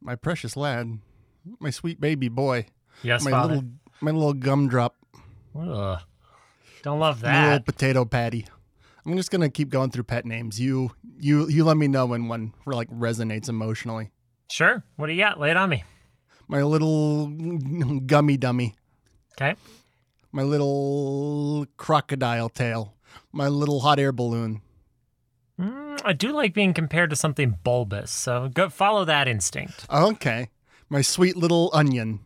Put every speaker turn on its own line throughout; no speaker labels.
my precious lad, my sweet baby boy,
Yes,
my
father.
little my little gumdrop,
Ugh. Don't love
my little
that.
potato patty. I'm just gonna keep going through pet names. You you you let me know when one like resonates emotionally.
Sure. What do you got? Lay it on me.
My little gummy dummy,
Okay.
my little crocodile tail, my little hot air balloon.
Mm, I do like being compared to something bulbous, so go follow that instinct.
Okay, my sweet little onion,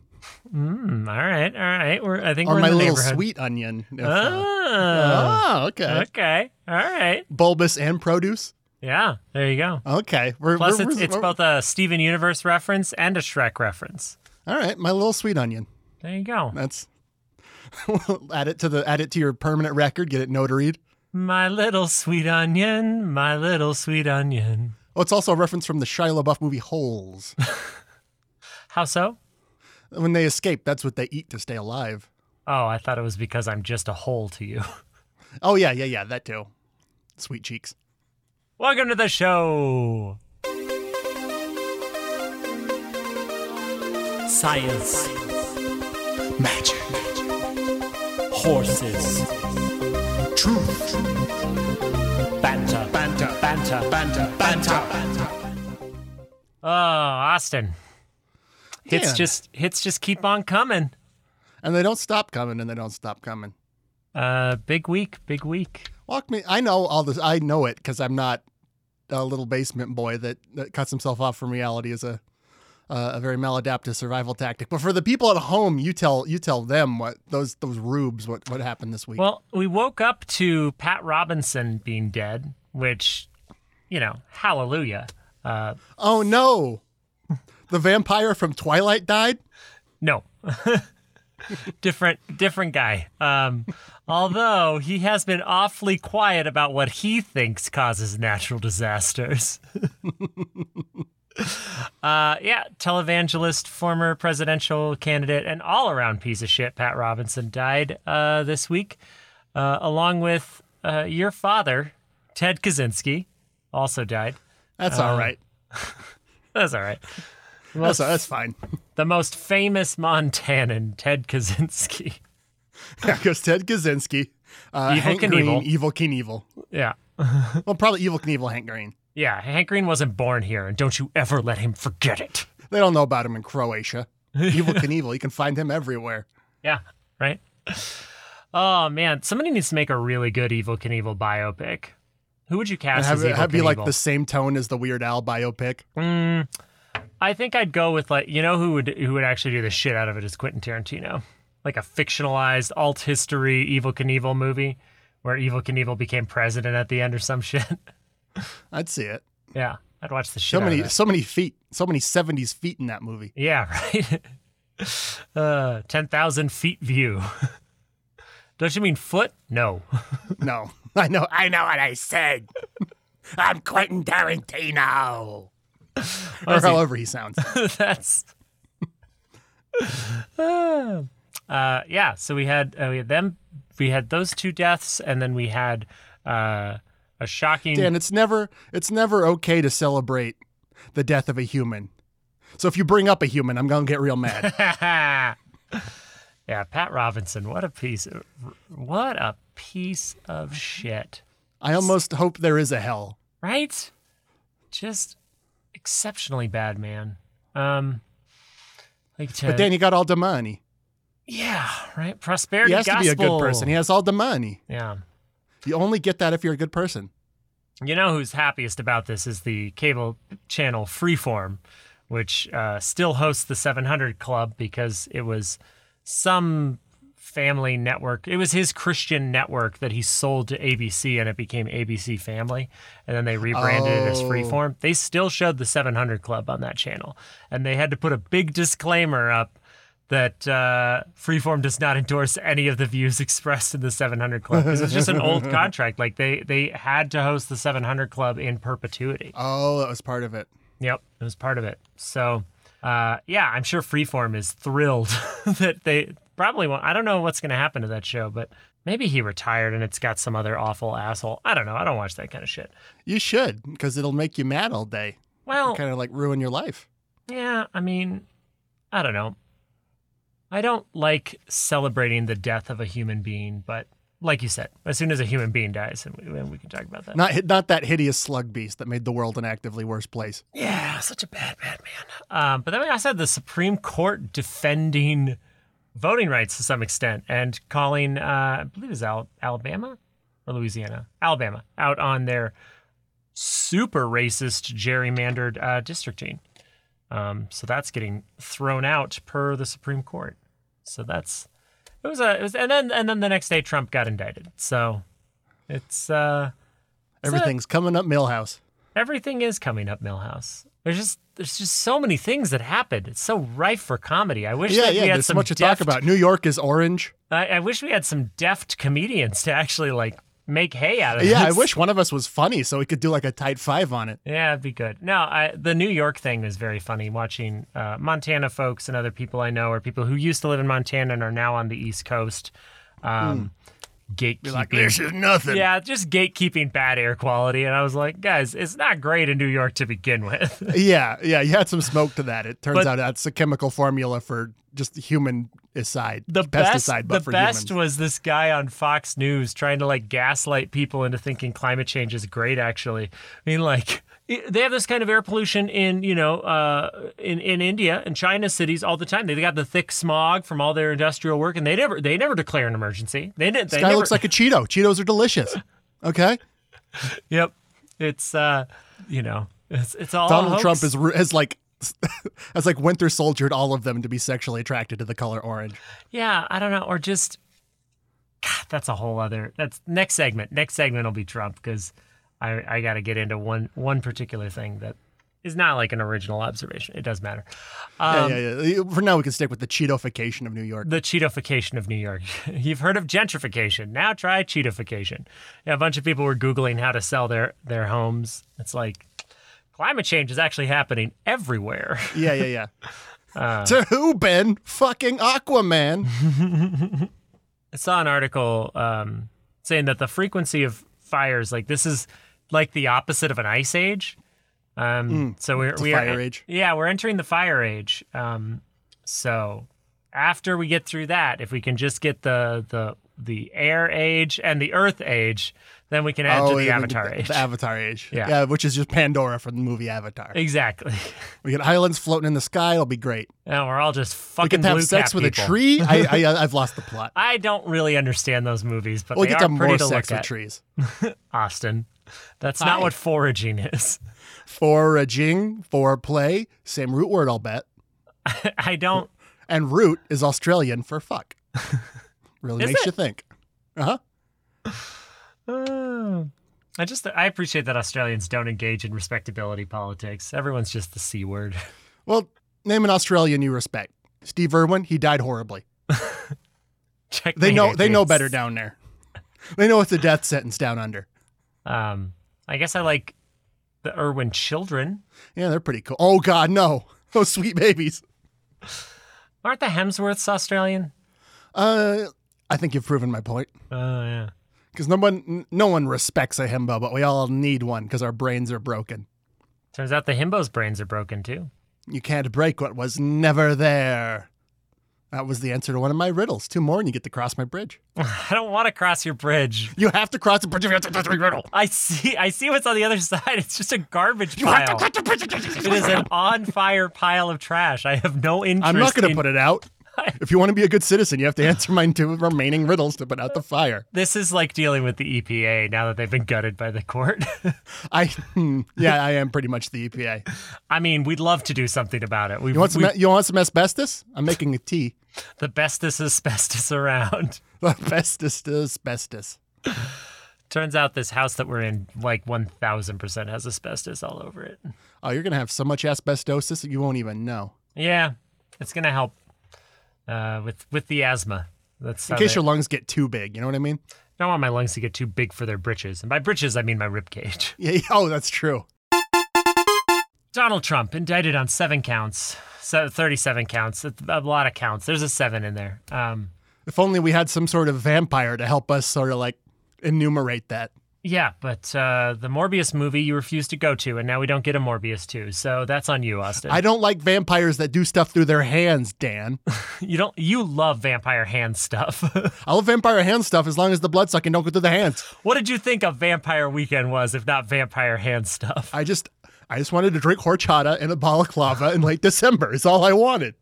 Mm, all right, all right. We're I think
or
we're in
my
the
little
neighborhood.
sweet onion. if, uh,
Ah,
oh, okay.
okay. All right.
Bulbous and produce.
Yeah. There you go.
Okay, we're,
Plus,
we're-
it's, it's
we're-
both a Steven Universe reference and a Shrek reference.
All right, my little sweet onion.
There you go.
That's add it to the add it to your permanent record. Get it notaried.
My little sweet onion, my little sweet onion.
Oh, it's also a reference from the Shia LaBeouf movie Holes.
How so?
when they escape, that's what they eat to stay alive.
Oh, I thought it was because I'm just a hole to you.
Oh yeah, yeah, yeah, that too. Sweet cheeks.
Welcome to the show.
Science,
Magic.
horses, truth, banter, banter, banter, banter, banter.
Oh, Austin. Hits
Dan.
just hits just keep on coming.
And they don't stop coming, and they don't stop coming.
Uh, big week, big week.
Walk me. I know all this. I know it because I'm not a little basement boy that, that cuts himself off from reality as a uh, a very maladaptive survival tactic. But for the people at home, you tell you tell them what those those rubes what what happened this week.
Well, we woke up to Pat Robinson being dead, which, you know, hallelujah. Uh,
Oh no. The vampire from Twilight died?
no, different, different guy. Um, although he has been awfully quiet about what he thinks causes natural disasters. Uh, yeah, televangelist, former presidential candidate, and all around piece of shit, Pat Robinson, died uh, this week, uh, along with uh, your father, Ted Kaczynski, also died.
That's
Oh.
all right.
That's all right. The
That's,
most,
that's fine.
the most famous Montanan, Ted Kaczynski.
Yeah, because Ted Kaczynski, uh,
Evil
Hank
Knievel.
Green, Evil Knievel.
Yeah.
Well, probably Evil Knievel, Hank Green.
Yeah, Hank Green wasn't born here, and don't you ever let him forget it.
They don't know about him in Croatia. Evil Knievel, you can find him everywhere.
Yeah, right? Oh, man. Somebody needs to make a really good Evil Knievel biopic. Who would you
And
cast
have
as
it
Evil
have it be like
Knievel?
the same tone as the Weird Al biopic.
I think I'd go with like you know who would who would actually do the shit out of it is Quentin Tarantino, like a fictionalized alt history Evil Knievel movie where Evil Knievel became president at the end or some shit.
I'd see it.
yeah, I'd watch the shit.
So
out
many,
Of it.
so many feet, so many '70s feet in that movie.
Yeah, right. uh, ten thousand feet view. Don't you mean foot? No.
No, I know, I know what I said. I'm Quentin Tarantino. or
see.
however he sounds.
That's. uh, yeah. So we had uh, we had them. We had those two deaths, and then we had uh, a shocking.
Dan, it's never it's never okay to celebrate the death of a human. So if you bring up a human, I'm gonna get real mad.
yeah, Pat Robinson, what a piece of what a piece of shit.
I almost hope there is a hell.
Right? Just exceptionally bad man. Um like to,
But Dan, he got all the money.
Yeah, right. Prosperity
He has to
gospel.
be a good person. He has all the money.
yeah.
You only get that if you're a good person.
You know who's happiest about this is the cable channel Freeform, which uh, still hosts the 700 Club because it was some family network. It was his Christian network that he sold to ABC and it became ABC Family. And then they rebranded it as
Oh.
Freeform. They still showed the 700 Club on that channel. And they had to put a big disclaimer up that uh, Freeform does not endorse any of the views expressed in the 700 Club because it's just an old contract. Like they they had to host the 700 Club in perpetuity.
Oh, that was part of it.
Yep, it was part of it. So uh, yeah, I'm sure Freeform is thrilled that they probably won't. I don't know what's going to happen to that show, but maybe he retired and it's got some other awful asshole. I don't know. I don't watch that kind of shit.
You should, because it'll make you mad all day.
Well,
Kind of like ruin your life.
Yeah, I mean, I don't know. I don't like celebrating the death of a human being, but like you said, as soon as a human being dies, and we, we can talk about that.
Not not that hideous slug beast that made the world an actively worse place.
Yeah, such a bad, bad man. Um, but then like I said, the Supreme Court defending voting rights to some extent and calling, uh, I believe it's Al- Alabama or Louisiana, Alabama, out on their super racist gerrymandered uh, districting. Um, so that's getting thrown out per the Supreme Court. So that's it was a it was, and then and then the next day Trump got indicted. So it's uh, it's a-
Everything's coming up Millhouse.
everything is coming up Millhouse. There's just there's just so many things that happened. It's so rife for comedy. I wish
Yeah,
that
yeah.
we had
There's so
some
much to
deft,
talk about. New York is orange.
I, I wish we had some deft comedians to actually like make hay out of
Yeah, I
this.
wish one of us was funny so we could do like a tight five on it.
Yeah, it'd be good. No, I, the New York thing was very funny. Watching uh, Montana folks and other people I know, or people who used to live in Montana and are now on the East Coast, um,
Hmm.
gatekeeping.
is nothing.
yeah, just gatekeeping bad air quality. And I was like, guys, it's not great in New York to begin with.
Yeah, yeah. You had some smoke to that. It turns
But-
out that's a chemical formula for just human aside,
the best,
pesticide, but
the
for
best
humans.
was this guy on Fox News trying to like gaslight people into thinking climate change is great. Actually, I mean, like i- they have this kind of air pollution in you know uh, in in India and China cities all the time. They got the thick smog from all their industrial work, and they never they never declare an emergency. They didn't. They
This guy
never,
looks like a Cheeto. Cheetos are delicious. Okay,
Yep. It's uh, you know, it's it's all a
Donald
hoax.
Trump is ru- has like has like winter soldiered all of them to be sexually attracted to the color orange.
Yeah, I don't know, or just God, that's a whole other. That's next segment. Next segment will be Trump because I I got to get into one one particular thing that is not like an original observation. It does matter.
Yeah,
Um,
yeah, yeah. For now, we can stick with the Cheetofication of New York.
The cheetofication of New York. You've heard of gentrification. Now try cheetofication. Yeah, a bunch of people were googling how to sell their their homes. It's like climate change is actually happening everywhere.
Yeah, yeah, yeah.
Uh,
to who, Ben? Fucking Aquaman.
I saw an article um, saying that the frequency of fires, like this, is like the opposite of an ice age. Um, so we're
Hmm. a
we are
fire age.
Yeah, we're entering the fire age. Um, so after we get through that, if we can just get the the the air age and the earth age, then we can add to the
Oh, yeah, we
avatar
did the,
age.
The Avatar age.
Yeah.
which is just Pandora from the movie Avatar.
exactly.
We get islands floating in the sky. It'll be great.
And we're all just
We get
fucking
to
blue
have sex
cap
with
people.
a tree. I, I, I've lost the plot.
I don't really understand those movies, but
We'll
they
get
are
to have
pretty
more
to
sex
look
with
at.
trees.
Austin, that's not
Hi.
what foraging is.
Foraging, foreplay, same root word, I'll bet.
I don't.
And root is Australian for fuck. Really
Is
makes
it?
you think. Uh huh.
Uh, I just I appreciate that Australians don't engage in respectability politics. Everyone's just the c word.
Well, name an Australian you respect. Steve Irwin, he died horribly.
Check
They know they know better down there. They know it's a death sentence down under.
Um, I guess I like the Irwin children.
Yeah, they're pretty cool. Oh God, no. Those sweet babies.
Aren't the Hemsworths Australian?
Uh, I think you've proven my point.
Oh yeah.
Because no one, n- no one respects a himbo, but we all need one because our brains are broken.
Turns out the himbo's brains are broken too.
You can't break what was never there. That was the answer to one of my riddles. Two more, and you get to cross my bridge.
I don't want to cross your bridge.
You have to cross the bridge if you have to do the riddle.
I see. I see what's on the other side. It's just a garbage
You have to
pile.
cross the bridge. if you have to do the
It is an
riddle.
on fire pile of trash. I have no interest.
I'm not going to
in-
put it out. If you want to be a good citizen, you have to answer my two remaining riddles to put out the fire.
This is like dealing with the EPA now that they've been gutted by the court.
I, hmm, yeah, I am pretty much the E EPA.
I mean, we'd love to do something about it. We've,
You want some?
we
You want some asbestos? I'm making a tea.
the bestest asbestos around.
Asbestos, to asbestos.
Turns out this house that we're in, like 1000% has asbestos all over it.
Oh, you're gonna have so much asbestosis that you won't even know.
Yeah, it's going to help uh, with, with the asthma. That's
In
how
case
they-
your lungs get too big, you know what I mean?
I don't want my lungs to get too big for their britches. And by britches, I mean my ribcage.
Yeah. yeah, Oh, that's true.
Donald Trump indicted on seven counts, so 37 counts, a a lot of counts. There's a seven in there. Um,
If only we had some sort of vampire to help us sort of like enumerate that.
Yeah, but uh, the Morbius movie you refused to go to, and now we don't get a Morbius 2. So that's on you, Austin.
I don't like vampires that do stuff through their hands, Dan.
you don't. You love vampire hand stuff.
I love vampire hand stuff as long as the bloodsucking don't go through the hands.
what did you think a Vampire Weekend was, if not vampire hand stuff?
I just, I just wanted to drink horchata and a balaclava in late December. Is all I wanted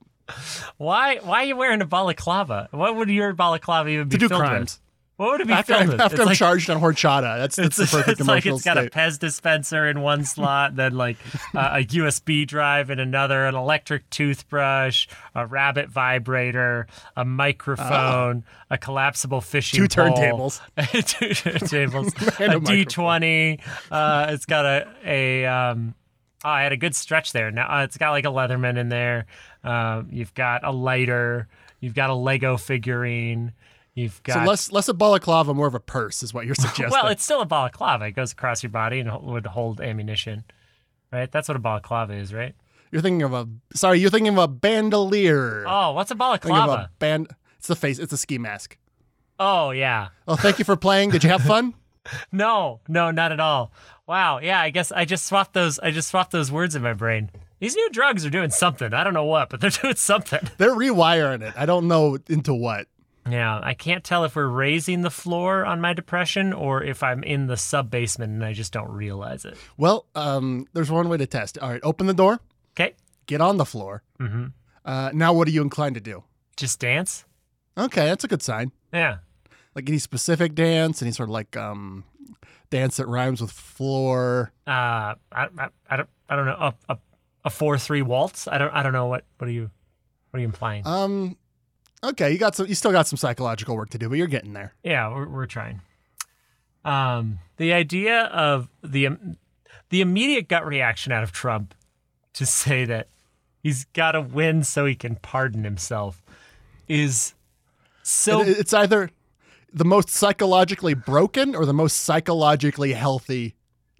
Why? Why are you wearing a balaclava? What would your balaclava even be
to do
filled
crimes.
with? What would it be
After,
filled
I'm,
with?
after
It's
I'm
like-
charged on horchata, that's, that's the perfect
it's like
emotional
it's got a
state.
Pez dispenser in one slot, then like uh, a USB drive in another, an electric toothbrush, a rabbit vibrator, a microphone, a collapsible
Two
fishing pole,
turntables.
two turntables,
And a
a D twenty. Uh, it's got a a. Um, oh, I had a good stretch there. Now uh, it's got like a Leatherman in there. Um, you've got a lighter. You've got a Lego figurine. You've got
So less, less a balaclava, more of a purse is what you're suggesting.
well, it's still a balaclava. It goes across your body and h- would hold ammunition, right? That's what a balaclava is, right?
you're thinking of a, sorry, you're thinking of a bandolier.
Oh, what's a
Think of a
balaclava?
band. It's the face. It's a ski mask.
Oh, yeah.
Oh, thank you for playing. Did you have fun?
No, no, not at all. Wow. Yeah, I guess I just swapped those. I just swapped those words in my brain. These new drugs are doing something. I don't know what, but they're doing something.
They're rewiring it. I don't know into what.
Yeah, I can't tell if we're raising the floor on my depression or if I'm in the sub basement and I just don't realize it.
Well, um, there's one way to test. All right, open the door,
Okay.
get on the floor.
Mm-hmm.
Uh, now, what are you inclined to do?
Just dance.
Okay, that's a good sign.
Yeah.
Like any specific dance, any sort of like um, dance that rhymes with floor.
uh, I, I, I don't, I don't know, a, a, a four three waltz. I don't, I don't know what, what are you, what are you implying?
Um, okay, you got some. You still got some psychological work to do, but you're getting there.
yeah, we're, we're trying. Um, the idea of the, im- the immediate gut reaction out of Trump to say that he's got to win so he can pardon himself is so
It- it's either the most psychologically broken or the most psychologically healthy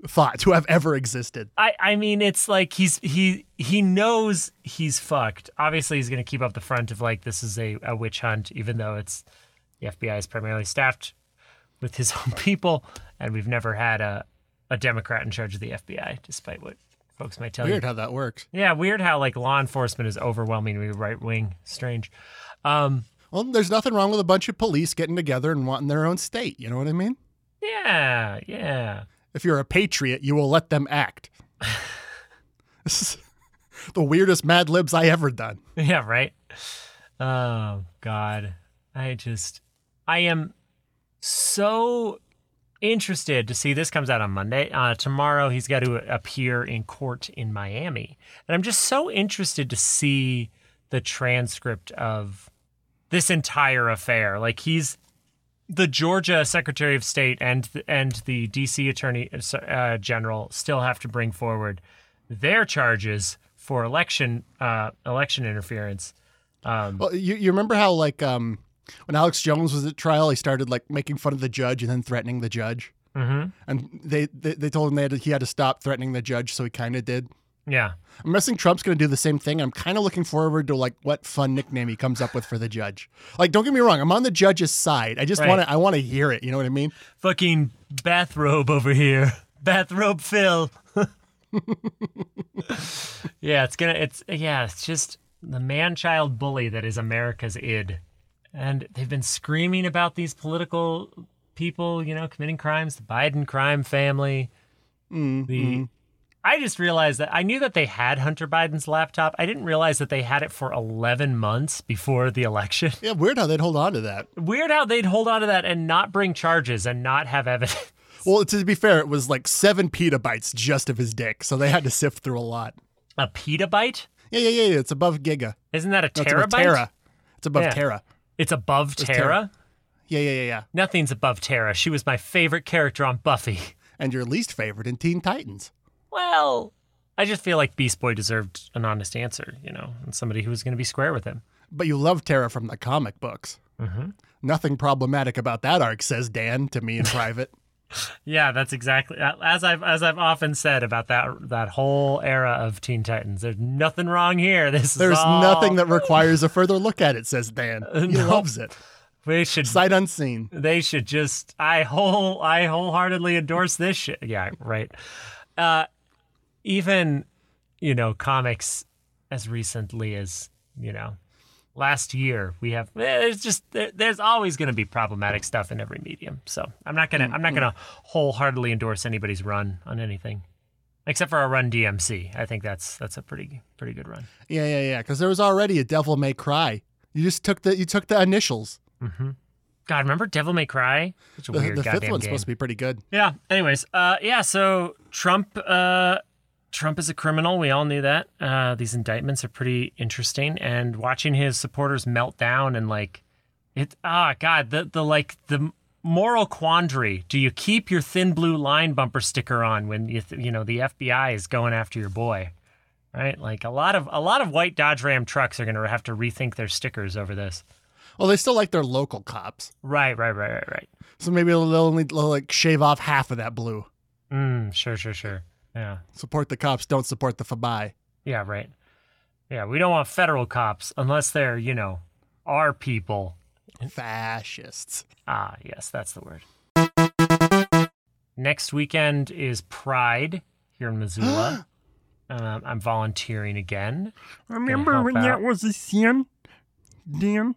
thought to have ever existed.
I, I mean it's like he's he he knows he's fucked. Obviously he's gonna keep up the front of like this is a, a witch hunt, even though it's the FBI is primarily staffed with his own people, and we've never had a, a Democrat in charge of the FBI, despite what folks might tell you.
Weird how that works.
Yeah, weird how like law enforcement is overwhelmingly right wing. Strange. Um
Well, there's nothing wrong with a bunch of police getting together and wanting their own state. You know what I mean?
yeah, yeah.
If you're a patriot, you will let them act. this is the weirdest Mad Libs I ever done.
Yeah, right. Oh God. I just I am so interested to see this comes out on Monday. Uh, tomorrow he's got to appear in court in Miami. And I'm just so interested to see the transcript of this entire affair. Like he's the Georgia Secretary of State and and the DC Attorney uh, General still have to bring forward their charges for election uh, election interference. Um,
Well, you, you remember how like um, when Alex Jones was at trial, he started like making fun of the judge and then threatening the judge.
mhm.
And they they, they told him they had to, he had to stop threatening the judge, so he kind of did.
Yeah,
I'm guessing Trump's going to do the same thing. I'm kind of looking forward to like what fun nickname he comes up with for the judge. Like, don't get me wrong, I'm on the judge's side. I just
Right.
want to I want to hear it. You know what I mean?
fucking bathrobe over here, bathrobe Phil. yeah, it's gonna. It's yeah, it's just the man-child bully that is America's id, and they've been screaming about these political people, you know, committing crimes. The Biden crime family. the I just realized that I knew that they had Hunter Biden's laptop. I didn't realize that they had it for 11 months before the election.
Yeah, weird how they'd hold on to that.
Weird how they'd hold on to that and not bring charges and not have evidence.
Well, to be fair, it was like seven petabytes just of his dick, so they had to sift through a lot.
A petabyte?
Yeah, yeah, yeah. yeah. It's above giga.
Isn't that a
No, it's
terabyte?
above Terra. It's above
Yeah.
Terra.
It's above Terra.
tera. Yeah, yeah, yeah, yeah.
Nothing's above Terra. She was my favorite character on Buffy.
And your least favorite in Teen Titans.
Well, I just feel like Beast Boy deserved an honest answer, you know, and somebody who was going to be square with him.
But you love Terra from the comic books.
Mm-hmm.
Nothing problematic about that arc, says Dan to me in private.
Yeah, that's exactly as I've as I've often said about that that whole era of Teen Titans. There's nothing wrong here. This is
There's
all-
nothing that requires a further look at it, says Dan. He
No.
loves it.
We should.
sight unseen.
They should just. I whole. I wholeheartedly endorse this shit. Yeah. Right. Uh, even, you know, comics as recently as you know, last year we have. eh, There's just there, there's always going to be problematic stuff in every medium. So I'm not gonna.
Mm-hmm.
I'm not gonna wholeheartedly endorse anybody's run on anything. Except for our run DMC, I think that's that's a pretty pretty good run.
Yeah, yeah, yeah. Because there was already a Devil May Cry. You just took the you took the initials.
God, remember Devil May Cry? Such a
The,
weird
the
goddamn
fifth one's
game.
supposed to be pretty good.
Yeah. Anyways, uh, yeah. So Trump, uh, Trump is a criminal. We all knew that. Uh, these indictments are pretty interesting, and watching his supporters melt down and like, it. Ah, God, the the like the moral quandary. Do you keep your thin blue line bumper sticker on when you th- you know the FBI is going after your boy? Right, like a lot of a lot of white Dodge Ram trucks are going to have to rethink their stickers over this.
Well, they still like their local cops,
Right, right, right, right, right.
so maybe they'll only they'll, like shave off half of that blue.
Mm, sure, sure, sure. Yeah.
Support the cops, don't support the fabai.
Yeah, right. Yeah, we don't want federal cops unless they're, you know, our people.
Fascists.
Ah, yes, that's the word. Next weekend is Pride here in Missoula. um, I'm volunteering again.
Remember
help
when
out.
that was a sin? Dan?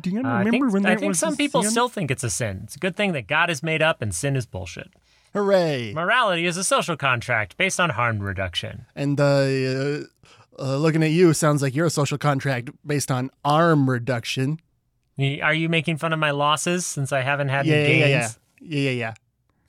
Dan,
Uh, I
remember
think,
when
I
that
think
was
some
a
people
sin?
still think it's a sin. It's a good thing that God is made up and sin is bullshit.
Hooray!
Morality is a social contract based on harm reduction.
And uh, uh, looking at you, sounds like you're a social contract based on arm reduction.
Y- Are you making fun of my losses since I haven't had
Yeah,
any
yeah,
gains?
yeah, yeah, yeah, yeah.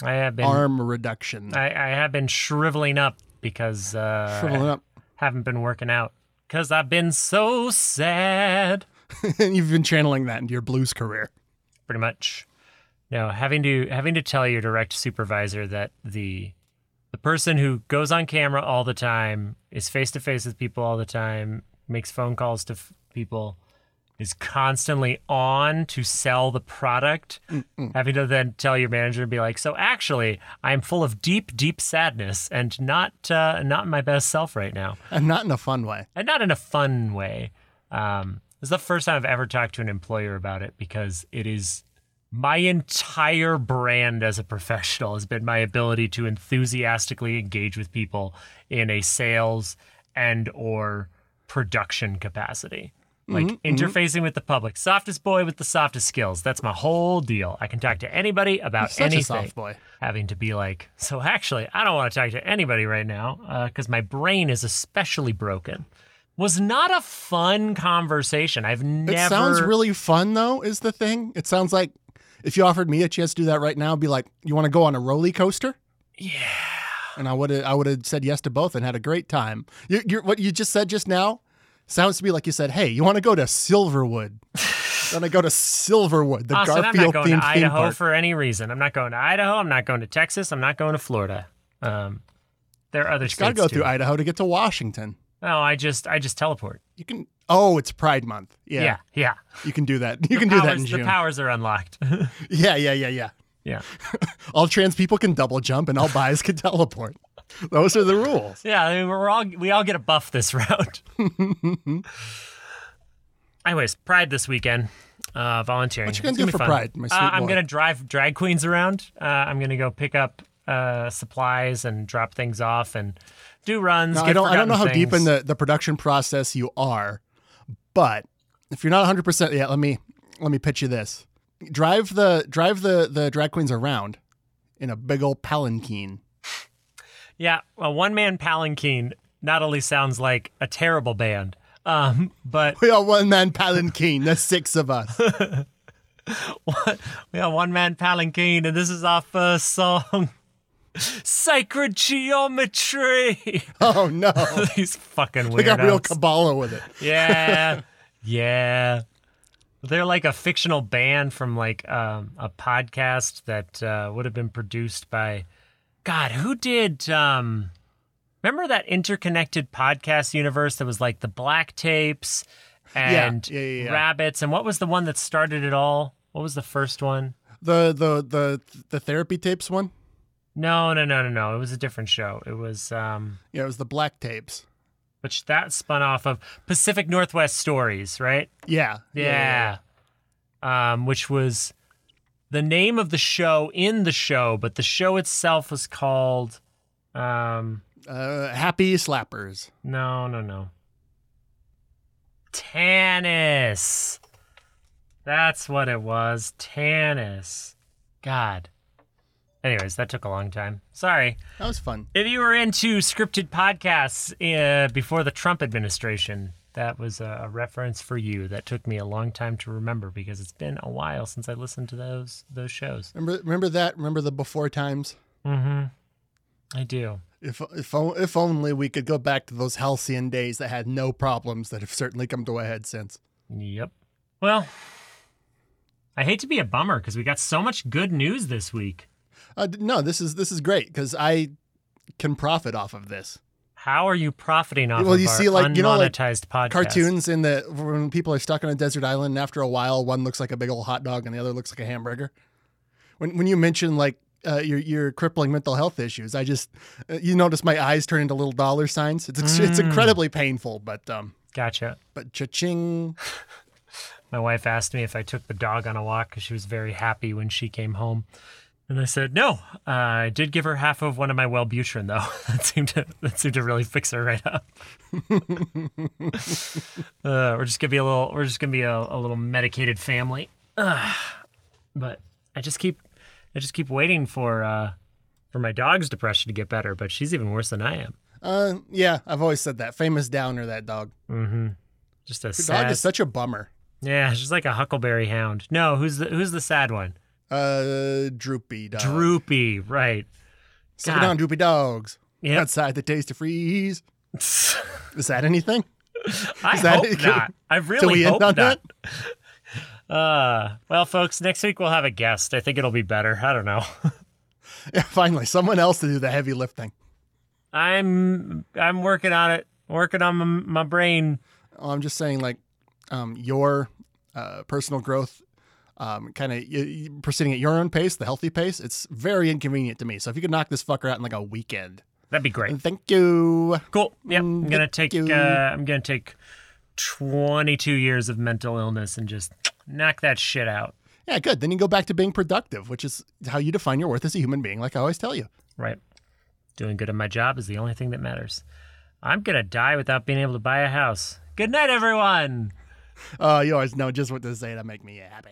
I have been
Arm reduction.
I, I have been shriveling up because uh,
Shriveling up.
haven't been working out because I've been so sad,
You've been channeling that into your blues career.
pretty much. No, having to having to tell your direct supervisor that the the person who goes on camera all the time is face to face with people all the time, makes phone calls to f- people, is constantly on to sell the product. Having to then tell your manager and be like, "So actually, I'm full of deep, deep sadness and not uh, not my best self right now."
And not in a fun way.
and not in a fun way. Um, this is the first time I've ever talked to an employer about it because it is my entire brand as a professional has been my ability to enthusiastically engage with people in a sales and or production capacity.
Mm-hmm,
Like interfacing with the public, softest boy with the softest skills. That's my whole deal. I can talk to anybody about
Such
anything
a soft boy.
having to be like, so actually, I don't want to talk to anybody right now because my brain is especially broken. Was not a fun conversation. I've never.
It sounds really fun, though, is the thing. It sounds like if you offered me a chance to do that right now, I'd be like, you want to go on a roller coaster? Yeah. And I would have, I would have said yes to both and had a great time. You, you're, what you just said just now sounds to me like you said, hey, you want to go to Silverwood? Then I go to Silverwood, the
Austin, I'm Ah, not
Garfield
going to
themed theme
Idaho
park.
for any reason. I'm not going to Idaho. I'm not going to Texas. I'm not going to Florida. Um, there are other
Got to
states
go
too.
through Idaho to get to Washington.
no, I just I just teleport.
You can. Oh, it's Pride Month. Yeah,
Yeah, yeah.
you can do that. You can do that
Powers-
in June.
The powers are unlocked.
Yeah, yeah, yeah, yeah.
yeah,
All trans people can double jump, and all bi's can teleport. Those are the rules.
yeah. I mean, we're all we all get a buff this round. Anyways, Pride this weekend. Uh, volunteering.
What you gonna
It's
do
be
for
fun.
Pride, my sweet
uh, I'm
boy?
gonna drive drag queens around. Uh, I'm gonna go pick up uh, supplies and drop things off and do runs.
Now,
get
I don't. I don't know how
forgotten
deep in
things.
the, the production process you are, but if you're not 100 percent yet, let me let me pitch you this: drive the drive the the drag queens around in a big old palanquin.
yeah. Well, one man palanquin not only sounds like a terrible band, um, but
We are one man palanquin. There's six of us.
yeah, one man palanquin, and this is our first song. Sacred geometry.
Oh no!
These fucking weirdos.
We got real Kabbalah with it.
Yeah. yeah. They're like a fictional band from like um, a podcast that uh, would have been produced by God, who did um remember that interconnected podcast universe that was like the black tapes and
yeah, yeah, yeah.
rabbits and what was the one that started it all? What was the first one?
The the the the therapy tapes one.
No, no, no, no, no. It was a different show. It was um
Yeah, it was the black tapes.
which that spun off of Pacific Northwest Stories, right?
Yeah.
Yeah. um, which was the name of the show in the show, but the show itself was called. Um,
Uh, happy slappers.
no, no, no. Tannis. That's what it was. Tannis. God. Anyways, that took a long time. Sorry.
That was fun.
If you were into scripted podcasts uh, before the Trump administration, that was a, a reference for you. That took me a long time to remember because it's been a while since I listened to those those shows.
Remember, remember that. Remember the before times.
Mm-hmm. I do.
If if o- if only we could go back to those halcyon days that had no problems that have certainly come to a head since.
Yep. Well, I hate to be a bummer because we got so much good news this week.
Uh, d- no, this is this is great because I can profit off of this.
How are you profiting off
Well,
of
you
our
see, like, you know, like,
unmonetized podcast?
Cartoons in the when people are stuck on a desert island, and after a while, one looks like a big old hot dog and the other looks like a hamburger. When when you mention like uh, your your crippling mental health issues, I just uh, you notice my eyes turn into little dollar signs. It's ex- it's incredibly painful, but um,
Gotcha.
but cha-ching.
My wife asked me if I took the dog on a walk because she was very happy when she came home. And I said, no, uh, I did give her half of one of my Wellbutrin, though. that, seemed to, that seemed to really fix her right up. uh, we're just going to be a little, we're just going to be a, a little medicated family. Ugh. but I just keep, I just keep waiting for, uh, for my dog's depression to get better, but she's even worse than I am.
Uh, yeah, I've always said that. Famous downer, that dog.
Just a
The
sad,
dog is such a bummer.
yeah, she's like a huckleberry hound. No, who's the, who's the sad one?
Uh, droopy dog.
Droopy, right.
Slow
God.
down, droopy dogs.
Yep.
Outside the taste of freeze. Is that anything?
I
that
hope
it?
not. I
Till
really
we
hope
end on
not. Uh, well, folks, next week we'll have a guest. I think it'll be better. I don't know.
Yeah, finally, someone else to do the heavy lifting.
I'm I'm working on it. Working on my, my brain.
Oh, I'm just saying, like, um, your uh, personal growth, um, kind of proceeding at your own pace, the healthy pace, it's very inconvenient to me. So if you could knock this fucker out in like a weekend,
That'd be great.
thank you.
Cool. Yep. I'm gonna
thank
take.
you.
Uh, I'm gonna take 22 years of mental illness and just knock that shit out.
Yeah, good. Then you go back to being productive, which is how you define your worth as a human being, like I always tell you.
Right. Doing good at my job is the only thing that matters. I'm gonna die without being able to buy a house. Good night, everyone.
Oh, you always know just what to say to make me happy.